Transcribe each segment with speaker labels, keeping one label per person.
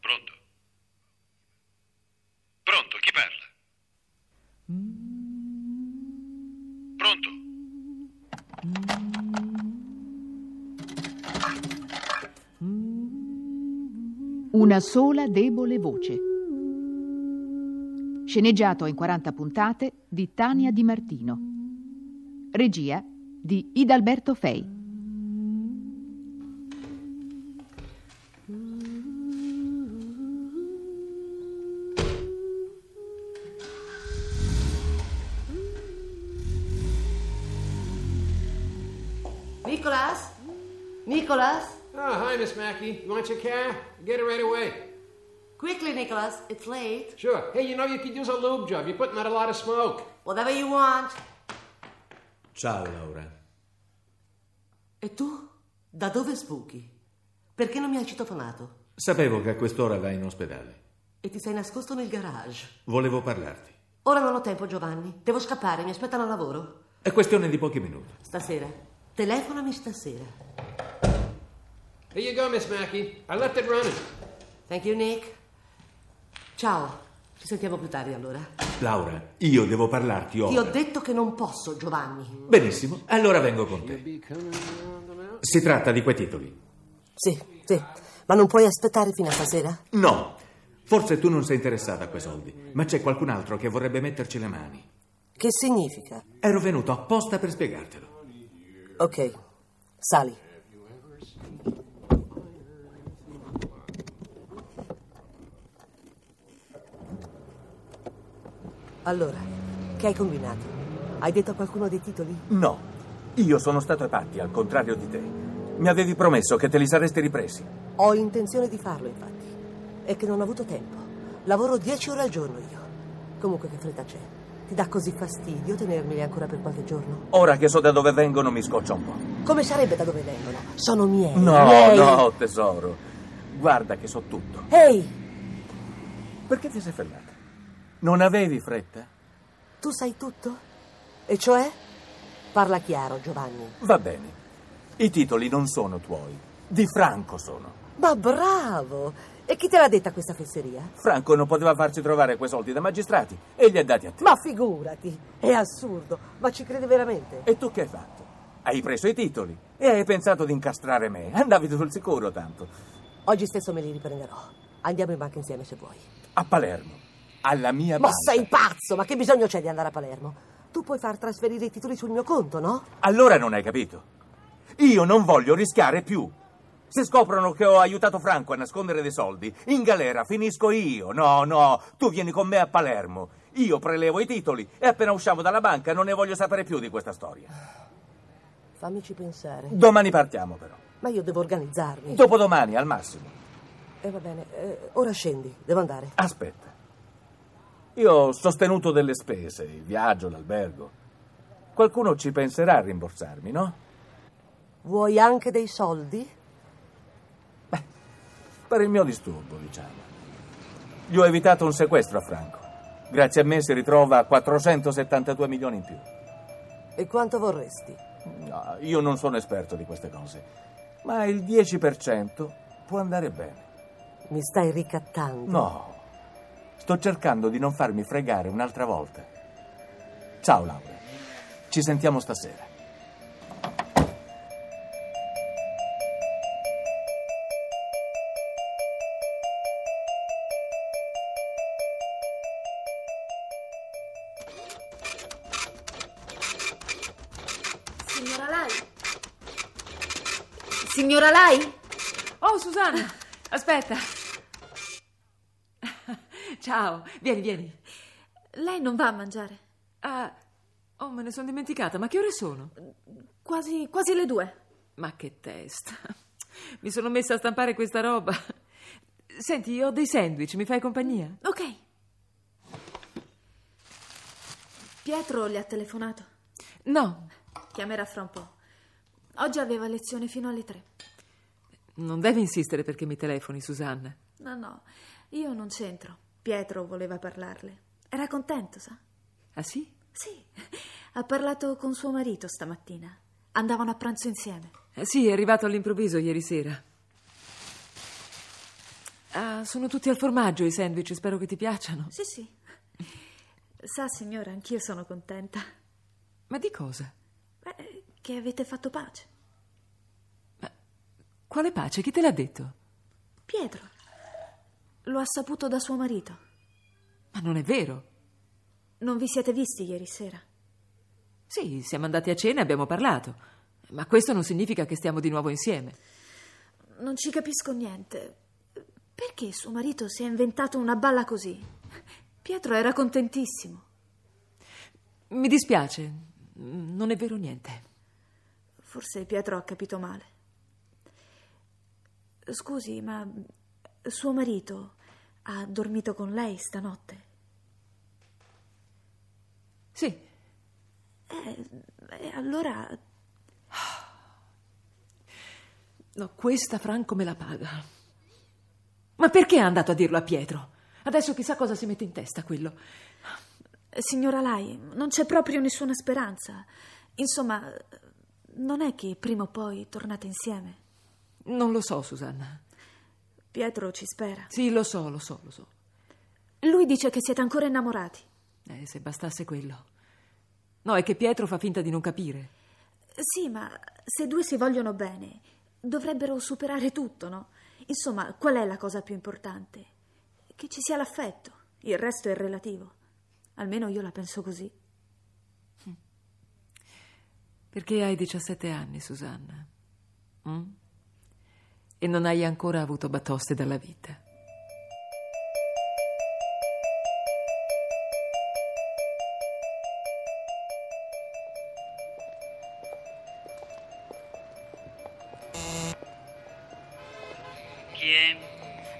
Speaker 1: Pronto? Pronto, chi parla? Pronto?
Speaker 2: Una sola debole voce. Sceneggiato in 40 puntate di Tania Di Martino. Regia di Idalberto Fei.
Speaker 3: Nicholas? Nicholas?
Speaker 4: Oh, hi, Miss Mackey. You want your car? Get it right away.
Speaker 3: Quickly, Nicholas, it's late.
Speaker 4: Sure. Hey, you know you could use a lube job. You're putting out a lot of smoke.
Speaker 3: Whatever you want.
Speaker 5: Ciao Laura.
Speaker 3: E tu? Da dove sbuchi? Perché non mi hai citofonato?
Speaker 5: Sapevo che a quest'ora vai in ospedale.
Speaker 3: E ti sei nascosto nel garage.
Speaker 5: Volevo parlarti.
Speaker 3: Ora non ho tempo, Giovanni. Devo scappare, mi aspettano al lavoro.
Speaker 5: È questione di pochi minuti.
Speaker 3: Stasera. Telefonami stasera.
Speaker 4: Here you go, Miss Mackey. I left it running.
Speaker 3: Thank you, Nick. Ciao. Ci sentiamo più tardi allora.
Speaker 5: Laura, io devo parlarti
Speaker 3: Ti ho
Speaker 5: ora.
Speaker 3: detto che non posso, Giovanni.
Speaker 5: Benissimo, allora vengo con te. Si tratta di quei titoli.
Speaker 3: Sì, sì. Ma non puoi aspettare fino a stasera?
Speaker 5: No, forse tu non sei interessata a quei soldi, ma c'è qualcun altro che vorrebbe metterci le mani.
Speaker 3: Che significa?
Speaker 5: Ero venuto apposta per spiegartelo.
Speaker 3: Ok, sali. Allora, che hai combinato? Hai detto a qualcuno dei titoli?
Speaker 5: No, io sono stato ai patti, al contrario di te. Mi avevi promesso che te li saresti ripresi.
Speaker 3: Ho intenzione di farlo, infatti. È che non ho avuto tempo. Lavoro 10 ore al giorno io. Comunque che fretta c'è? Ti dà così fastidio tenermeli ancora per qualche giorno?
Speaker 6: Ora che so da dove vengono mi scoccio un po'.
Speaker 3: Come sarebbe da dove vengono? Sono miei.
Speaker 6: No,
Speaker 3: miei.
Speaker 6: no, tesoro. Guarda che so tutto.
Speaker 3: Ehi,
Speaker 6: Perché ti sei fermata? Non avevi fretta?
Speaker 3: tu sai tutto? E cioè? Parla chiaro, Giovanni.
Speaker 6: Va bene. I titoli non sono tuoi. Di Franco sono.
Speaker 3: Ma bravo! E chi te l'ha detta questa fesseria?
Speaker 6: Franco non poteva farci trovare quei soldi da magistrati e li ha dati a te.
Speaker 3: Ma figurati, è assurdo, ma ci crede veramente?
Speaker 6: E tu che hai fatto? Hai preso i titoli e hai pensato di incastrare me. Andavi sul sicuro tanto.
Speaker 3: Oggi stesso me li riprenderò. Andiamo in banca insieme se vuoi.
Speaker 6: A Palermo. Alla mia
Speaker 3: Ma
Speaker 6: banca.
Speaker 3: sei pazzo, ma che bisogno c'è di andare a Palermo? Tu puoi far trasferire i titoli sul mio conto, no?
Speaker 6: Allora non hai capito. Io non voglio rischiare più. Se scoprono che ho aiutato Franco a nascondere dei soldi, in galera finisco io. No, no, tu vieni con me a Palermo. Io prelevo i titoli e appena usciamo dalla banca non ne voglio sapere più di questa storia.
Speaker 3: Fammici pensare.
Speaker 6: Domani partiamo però.
Speaker 3: Ma io devo organizzarmi.
Speaker 6: Dopodomani al massimo.
Speaker 3: E va bene, eh, ora scendi, devo andare.
Speaker 6: Aspetta. Io ho sostenuto delle spese, il viaggio, l'albergo. Qualcuno ci penserà a rimborsarmi, no?
Speaker 3: Vuoi anche dei soldi?
Speaker 6: per il mio disturbo, diciamo. Gli ho evitato un sequestro a Franco. Grazie a me si ritrova a 472 milioni in più.
Speaker 3: E quanto vorresti?
Speaker 6: No, io non sono esperto di queste cose, ma il 10% può andare bene.
Speaker 3: Mi stai ricattando.
Speaker 6: No, sto cercando di non farmi fregare un'altra volta. Ciao Laura, ci sentiamo stasera.
Speaker 7: Signora Lai? Signora Lai?
Speaker 8: Oh, Susanna, aspetta. Ciao, vieni, vieni.
Speaker 7: Lei non va a mangiare.
Speaker 8: Ah, oh, me ne sono dimenticata, ma che ore sono?
Speaker 7: Quasi, quasi le due.
Speaker 8: Ma che testa. Mi sono messa a stampare questa roba. Senti, ho dei sandwich, mi fai compagnia?
Speaker 7: Ok. Pietro le ha telefonato.
Speaker 8: No.
Speaker 7: Chiamerà fra un po'. Oggi aveva lezione fino alle tre.
Speaker 8: Non deve insistere perché mi telefoni, Susanna.
Speaker 7: No, no, io non c'entro. Pietro voleva parlarle. Era contento, sa?
Speaker 8: Ah sì?
Speaker 7: Sì, ha parlato con suo marito stamattina. Andavano a pranzo insieme.
Speaker 8: Eh, sì, è arrivato all'improvviso ieri sera. Ah, sono tutti al formaggio i sandwich, spero che ti piacciono.
Speaker 7: Sì, sì. Sa, signora, anch'io sono contenta.
Speaker 8: Ma di cosa?
Speaker 7: Beh, che avete fatto pace.
Speaker 8: Quale pace? Chi te l'ha detto?
Speaker 7: Pietro. Lo ha saputo da suo marito.
Speaker 8: Ma non è vero.
Speaker 7: Non vi siete visti ieri sera?
Speaker 8: Sì, siamo andati a cena e abbiamo parlato. Ma questo non significa che stiamo di nuovo insieme.
Speaker 7: Non ci capisco niente. Perché suo marito si è inventato una balla così? Pietro era contentissimo.
Speaker 8: Mi dispiace, non è vero niente.
Speaker 7: Forse Pietro ha capito male. Scusi, ma suo marito ha dormito con lei stanotte?
Speaker 8: Sì,
Speaker 7: Eh, eh, allora
Speaker 8: no, questa Franco me la paga. Ma perché è andato a dirlo a Pietro? Adesso chissà cosa si mette in testa quello.
Speaker 7: Signora Lai, non c'è proprio nessuna speranza. Insomma, non è che prima o poi tornate insieme.
Speaker 8: Non lo so, Susanna.
Speaker 7: Pietro ci spera.
Speaker 8: Sì, lo so, lo so, lo so.
Speaker 7: Lui dice che siete ancora innamorati.
Speaker 8: Eh, se bastasse quello. No, è che Pietro fa finta di non capire.
Speaker 7: Sì, ma se due si vogliono bene, dovrebbero superare tutto, no? Insomma, qual è la cosa più importante? Che ci sia l'affetto. Il resto è relativo. Almeno io la penso così.
Speaker 8: Perché hai 17 anni, Susanna? Mm? E non hai ancora avuto batoste dalla vita.
Speaker 1: Chi è?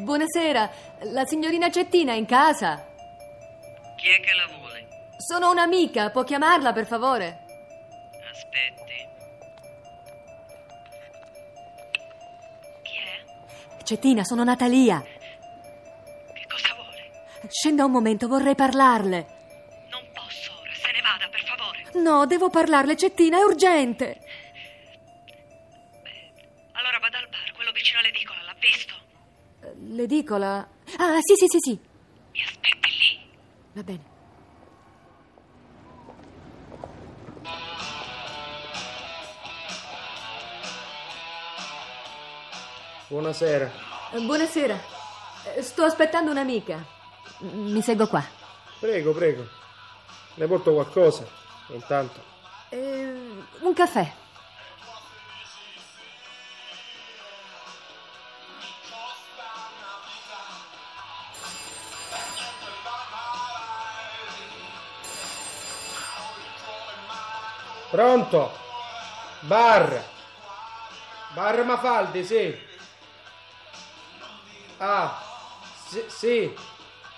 Speaker 9: Buonasera, la signorina Cettina è in casa.
Speaker 1: Chi è che la vuole?
Speaker 9: Sono un'amica, può chiamarla per favore?
Speaker 1: Aspetti. Chi è?
Speaker 9: Cettina, sono Natalia.
Speaker 1: Che cosa vuole?
Speaker 9: Scenda un momento, vorrei parlarle.
Speaker 1: Non posso ora, se ne vada, per favore.
Speaker 9: No, devo parlarle, Cettina, è urgente.
Speaker 1: Allora vada al bar, quello vicino all'edicola, l'ha visto?
Speaker 9: Eh, L'edicola. Ah, sì, sì, sì, sì.
Speaker 1: Mi aspetti lì.
Speaker 9: Va bene.
Speaker 4: Buonasera.
Speaker 9: Eh, Buonasera. Eh, Sto aspettando un'amica. Mi seguo qua.
Speaker 4: Prego, prego. Le porto qualcosa. Intanto.
Speaker 9: un caffè.
Speaker 4: Pronto? Bar. Bar Mafaldi, sì. Ah, sì, sì,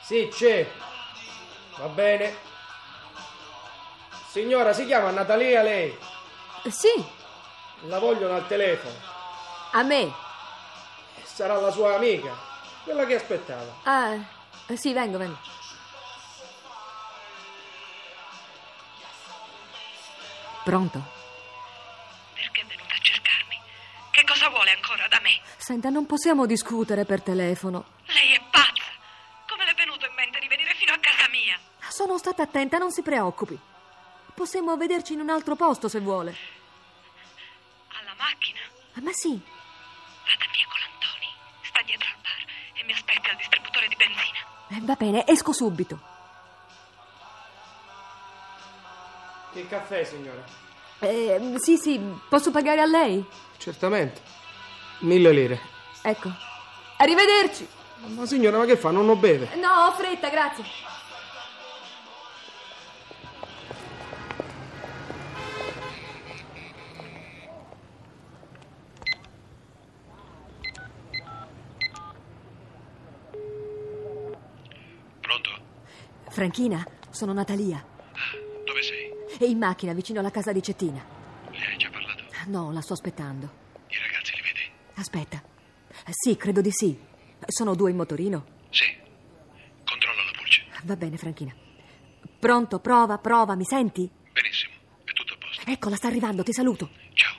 Speaker 4: sì, c'è. Va bene. Signora, si chiama Natalia lei.
Speaker 9: Sì,
Speaker 4: La vogliono al telefono.
Speaker 9: a me.
Speaker 4: Sarà la sua amica, quella che aspettava.
Speaker 9: Ah, sì, vengo, vengo.
Speaker 8: Pronto?
Speaker 1: Perché è venuta a cercarmi? Che cosa vuole ancora da me?
Speaker 9: Senta, non possiamo discutere per telefono.
Speaker 1: Lei è pazza. Come le è venuto in mente di venire fino a casa mia?
Speaker 9: Sono stata attenta, non si preoccupi. Possiamo vederci in un altro posto se vuole.
Speaker 1: Alla macchina?
Speaker 9: Ma sì,
Speaker 1: Vada via con Antoni. Sta dietro al bar e mi aspetti al distributore di benzina.
Speaker 9: eh, va bene, esco subito.
Speaker 4: Che caffè, signora?
Speaker 9: Eh, sì, sì, posso pagare a lei?
Speaker 4: Certamente. Mille lire.
Speaker 9: Ecco. Arrivederci.
Speaker 4: Ma signora, ma che fa? Non lo beve.
Speaker 9: No, ho fretta, grazie.
Speaker 1: Pronto?
Speaker 9: Franchina, sono Natalia.
Speaker 1: Ah, dove sei?
Speaker 9: E in macchina vicino alla casa di Cettina.
Speaker 1: Le hai già parlato?
Speaker 9: No, la sto aspettando.
Speaker 10: I ragazzi li vedi?
Speaker 9: Aspetta. Eh, Sì, credo di sì. Sono due in motorino.
Speaker 10: Sì. Controlla la pulce.
Speaker 9: Va bene, Franchina. Pronto, prova, prova, mi senti?
Speaker 10: Benissimo, è tutto a posto.
Speaker 9: Eccola, sta arrivando, ti saluto.
Speaker 10: Ciao.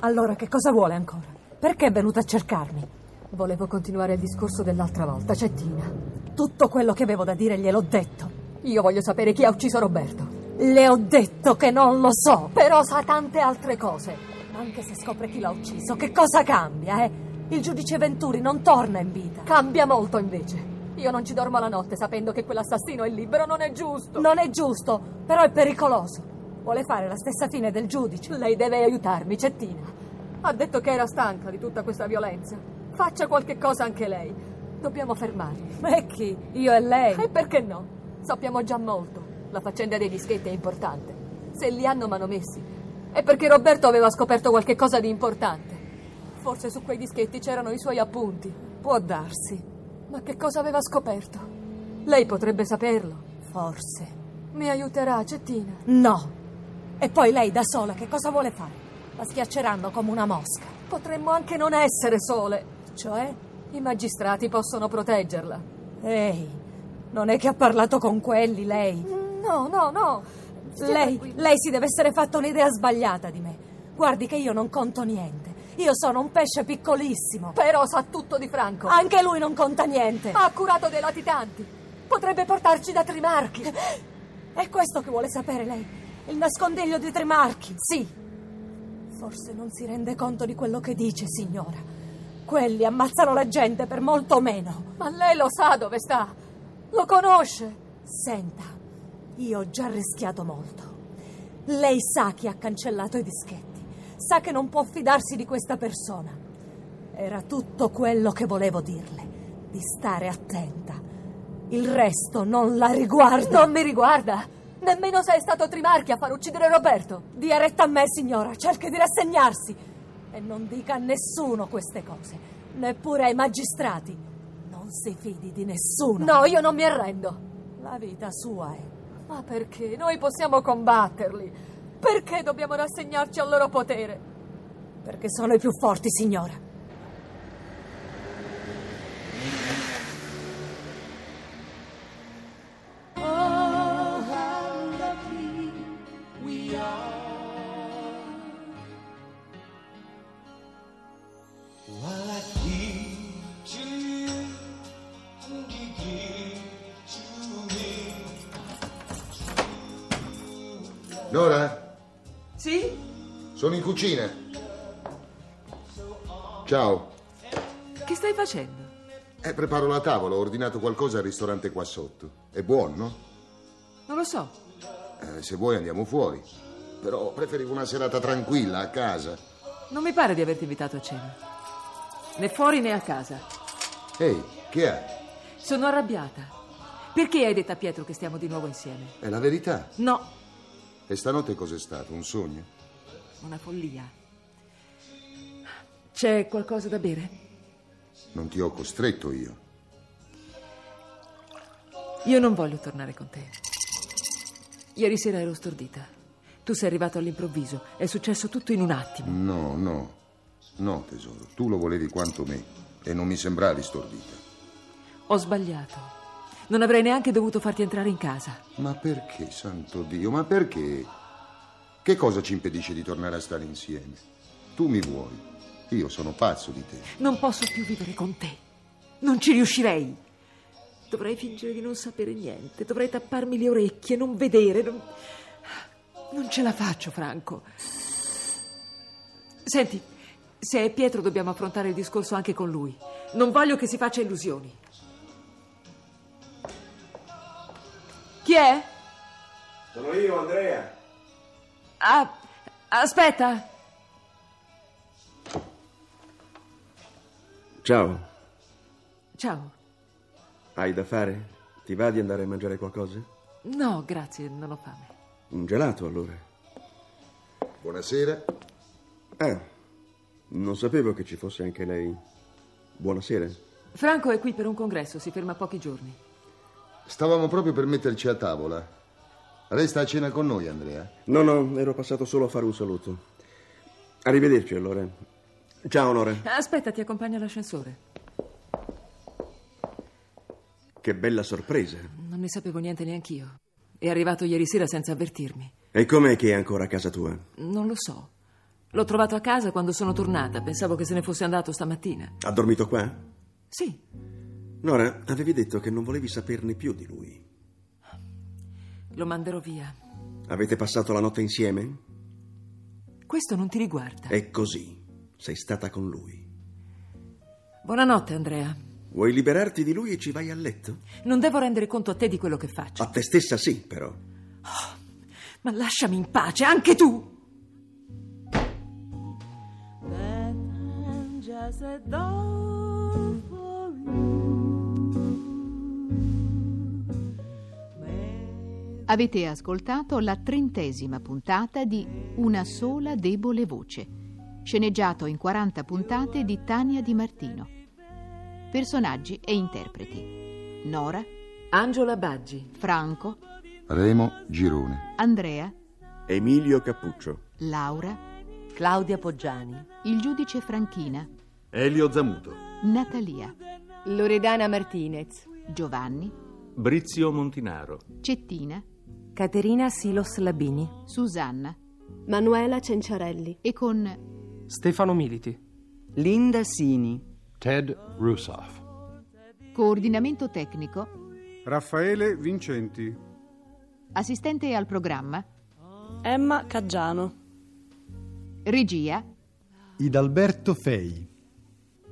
Speaker 11: Allora, che cosa vuole ancora? Perché è venuta a cercarmi? Volevo continuare il discorso dell'altra volta, c'è Tina. Tutto quello che avevo da dire gliel'ho detto. Io voglio sapere chi ha ucciso Roberto. Le ho detto che non lo so, però sa tante altre cose. Anche se scopre chi l'ha ucciso, che cosa cambia, eh? Il giudice Venturi non torna in vita. Cambia molto invece. Io non ci dormo la notte sapendo che quell'assassino è libero, non è giusto. Non è giusto, però è pericoloso. Vuole fare la stessa fine del giudice. Lei deve aiutarmi, Cettina. Ha detto che era stanca di tutta questa violenza. Faccia qualche cosa anche lei. Dobbiamo fermarli. E chi? Io e lei? E perché no? Sappiamo già molto. La faccenda dei dischetti è importante. Se li hanno manomessi, è perché Roberto aveva scoperto qualche cosa di importante. Forse su quei dischetti c'erano i suoi appunti. Può darsi. Ma che cosa aveva scoperto? Lei potrebbe saperlo. Forse. Mi aiuterà, Cettina.
Speaker 12: No. E poi lei da sola che cosa vuole fare? La schiacceranno come una mosca.
Speaker 11: Potremmo anche non essere sole. Cioè? I magistrati possono proteggerla.
Speaker 12: Ehi, non è che ha parlato con quelli lei.
Speaker 11: No, no, no.
Speaker 12: Lei, lei si deve essere fatta un'idea sbagliata di me. Guardi che io non conto niente. Io sono un pesce piccolissimo.
Speaker 11: Però sa tutto di Franco.
Speaker 12: Anche lui non conta niente.
Speaker 11: Ha curato dei latitanti. Potrebbe portarci da Trimarchi.
Speaker 12: È questo che vuole sapere lei? Il nascondiglio di Trimarchi?
Speaker 11: Sì.
Speaker 12: Forse non si rende conto di quello che dice, signora. Quelli ammazzano la gente per molto meno.
Speaker 11: Ma lei lo sa dove sta. Lo conosce.
Speaker 12: Senta, io ho già rischiato molto. Lei sa chi ha cancellato i dischetti. Sa che non può fidarsi di questa persona. Era tutto quello che volevo dirle. Di stare attenta. Il resto non la riguarda.
Speaker 11: Non mi riguarda. Nemmeno se è stato Trimarchi a far uccidere Roberto.
Speaker 12: Dia retta a me, signora. Cerchi di rassegnarsi. E non dica a nessuno queste cose. Neppure ai magistrati. Non si fidi di nessuno.
Speaker 11: No, io non mi arrendo.
Speaker 12: La vita sua è.
Speaker 11: Ma perché? Noi possiamo combatterli. Perché dobbiamo rassegnarci al loro potere?
Speaker 12: Perché sono i più forti, signora.
Speaker 13: Nora,
Speaker 8: Sì?
Speaker 13: sono in cucina. Ciao.
Speaker 8: Che stai facendo?
Speaker 13: Eh, preparo la tavola, ho ordinato qualcosa al ristorante qua sotto. È buono?
Speaker 8: Non lo so.
Speaker 13: Eh, se vuoi andiamo fuori. Però preferivo una serata tranquilla a casa.
Speaker 8: Non mi pare di averti invitato a cena. Né fuori né a casa.
Speaker 13: Ehi, che è?
Speaker 8: Sono arrabbiata. Perché hai detto a Pietro che stiamo di nuovo insieme?
Speaker 13: È la verità.
Speaker 8: No,
Speaker 13: E stanotte cos'è stato? Un sogno?
Speaker 8: una follia. C'è qualcosa da bere?
Speaker 13: Non ti ho costretto io.
Speaker 8: Io non voglio tornare con te. Ieri sera ero stordita. Tu sei arrivato all'improvviso. È successo tutto in un attimo.
Speaker 13: No, no. No, tesoro, tu lo volevi quanto me e non mi sembravi stordita.
Speaker 8: Ho sbagliato. Non avrei neanche dovuto farti entrare in casa.
Speaker 13: Ma perché, santo Dio, ma perché? Che cosa ci impedisce di tornare a stare insieme? Tu mi vuoi, io sono pazzo di te.
Speaker 8: Non posso più vivere con te. Non ci riuscirei. Dovrei fingere di non sapere niente, dovrei tapparmi le orecchie, non vedere. Non, non ce la faccio, Franco. Senti, se è Pietro dobbiamo affrontare il discorso anche con lui. Non voglio che si faccia illusioni. Chi è?
Speaker 14: Sono io, Andrea.
Speaker 8: Ah, aspetta.
Speaker 14: Ciao,
Speaker 8: Ciao.
Speaker 14: hai da fare? Ti va di andare a mangiare qualcosa?
Speaker 8: No, grazie, non ho fame.
Speaker 14: Un gelato allora.
Speaker 13: Buonasera.
Speaker 14: Ah, non sapevo che ci fosse anche lei. Buonasera.
Speaker 8: Franco è qui per un congresso, si ferma pochi giorni.
Speaker 13: Stavamo proprio per metterci a tavola. Resta a cena con noi, Andrea.
Speaker 14: No, no, ero passato solo a fare un saluto. Arrivederci, allora. Ciao, Onore.
Speaker 8: Aspetta, ti accompagno all'ascensore.
Speaker 14: Che bella sorpresa.
Speaker 8: Non ne sapevo niente neanch'io. È arrivato ieri sera senza avvertirmi.
Speaker 14: E com'è che è ancora a casa tua?
Speaker 8: Non lo so. L'ho trovato a casa quando sono tornata. Pensavo che se ne fosse andato stamattina.
Speaker 14: Ha dormito qua?
Speaker 8: Sì.
Speaker 14: Nora, avevi detto che non volevi saperne più di lui.
Speaker 8: Lo manderò via.
Speaker 14: Avete passato la notte insieme?
Speaker 8: Questo non ti riguarda.
Speaker 14: È così. Sei stata con lui.
Speaker 8: Buonanotte, Andrea.
Speaker 14: Vuoi liberarti di lui e ci vai a letto?
Speaker 8: Non devo rendere conto a te di quello che faccio.
Speaker 14: A te stessa sì, però.
Speaker 8: Oh, ma lasciami in pace, anche tu!
Speaker 2: Avete ascoltato la trentesima puntata di Una sola debole voce, sceneggiato in 40 puntate di Tania Di Martino. Personaggi e interpreti. Nora,
Speaker 8: Angela Baggi,
Speaker 2: Franco,
Speaker 13: Remo Girone,
Speaker 2: Andrea,
Speaker 14: Emilio Cappuccio,
Speaker 2: Laura,
Speaker 15: Claudia Poggiani,
Speaker 2: il giudice Franchina,
Speaker 16: Elio Zamuto,
Speaker 2: Natalia,
Speaker 17: Loredana Martinez,
Speaker 2: Giovanni,
Speaker 16: Brizio Montinaro,
Speaker 2: Cettina,
Speaker 15: Caterina Silos Labini,
Speaker 2: Susanna,
Speaker 17: Manuela Cenciarelli
Speaker 2: e con
Speaker 18: Stefano Militi,
Speaker 15: Linda Sini,
Speaker 16: Ted Rusoff.
Speaker 2: Coordinamento tecnico
Speaker 19: Raffaele Vincenti.
Speaker 2: Assistente al programma
Speaker 17: Emma Caggiano.
Speaker 2: Regia
Speaker 20: Idalberto Fei.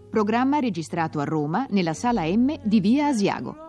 Speaker 2: Programma registrato a Roma nella sala M di Via Asiago.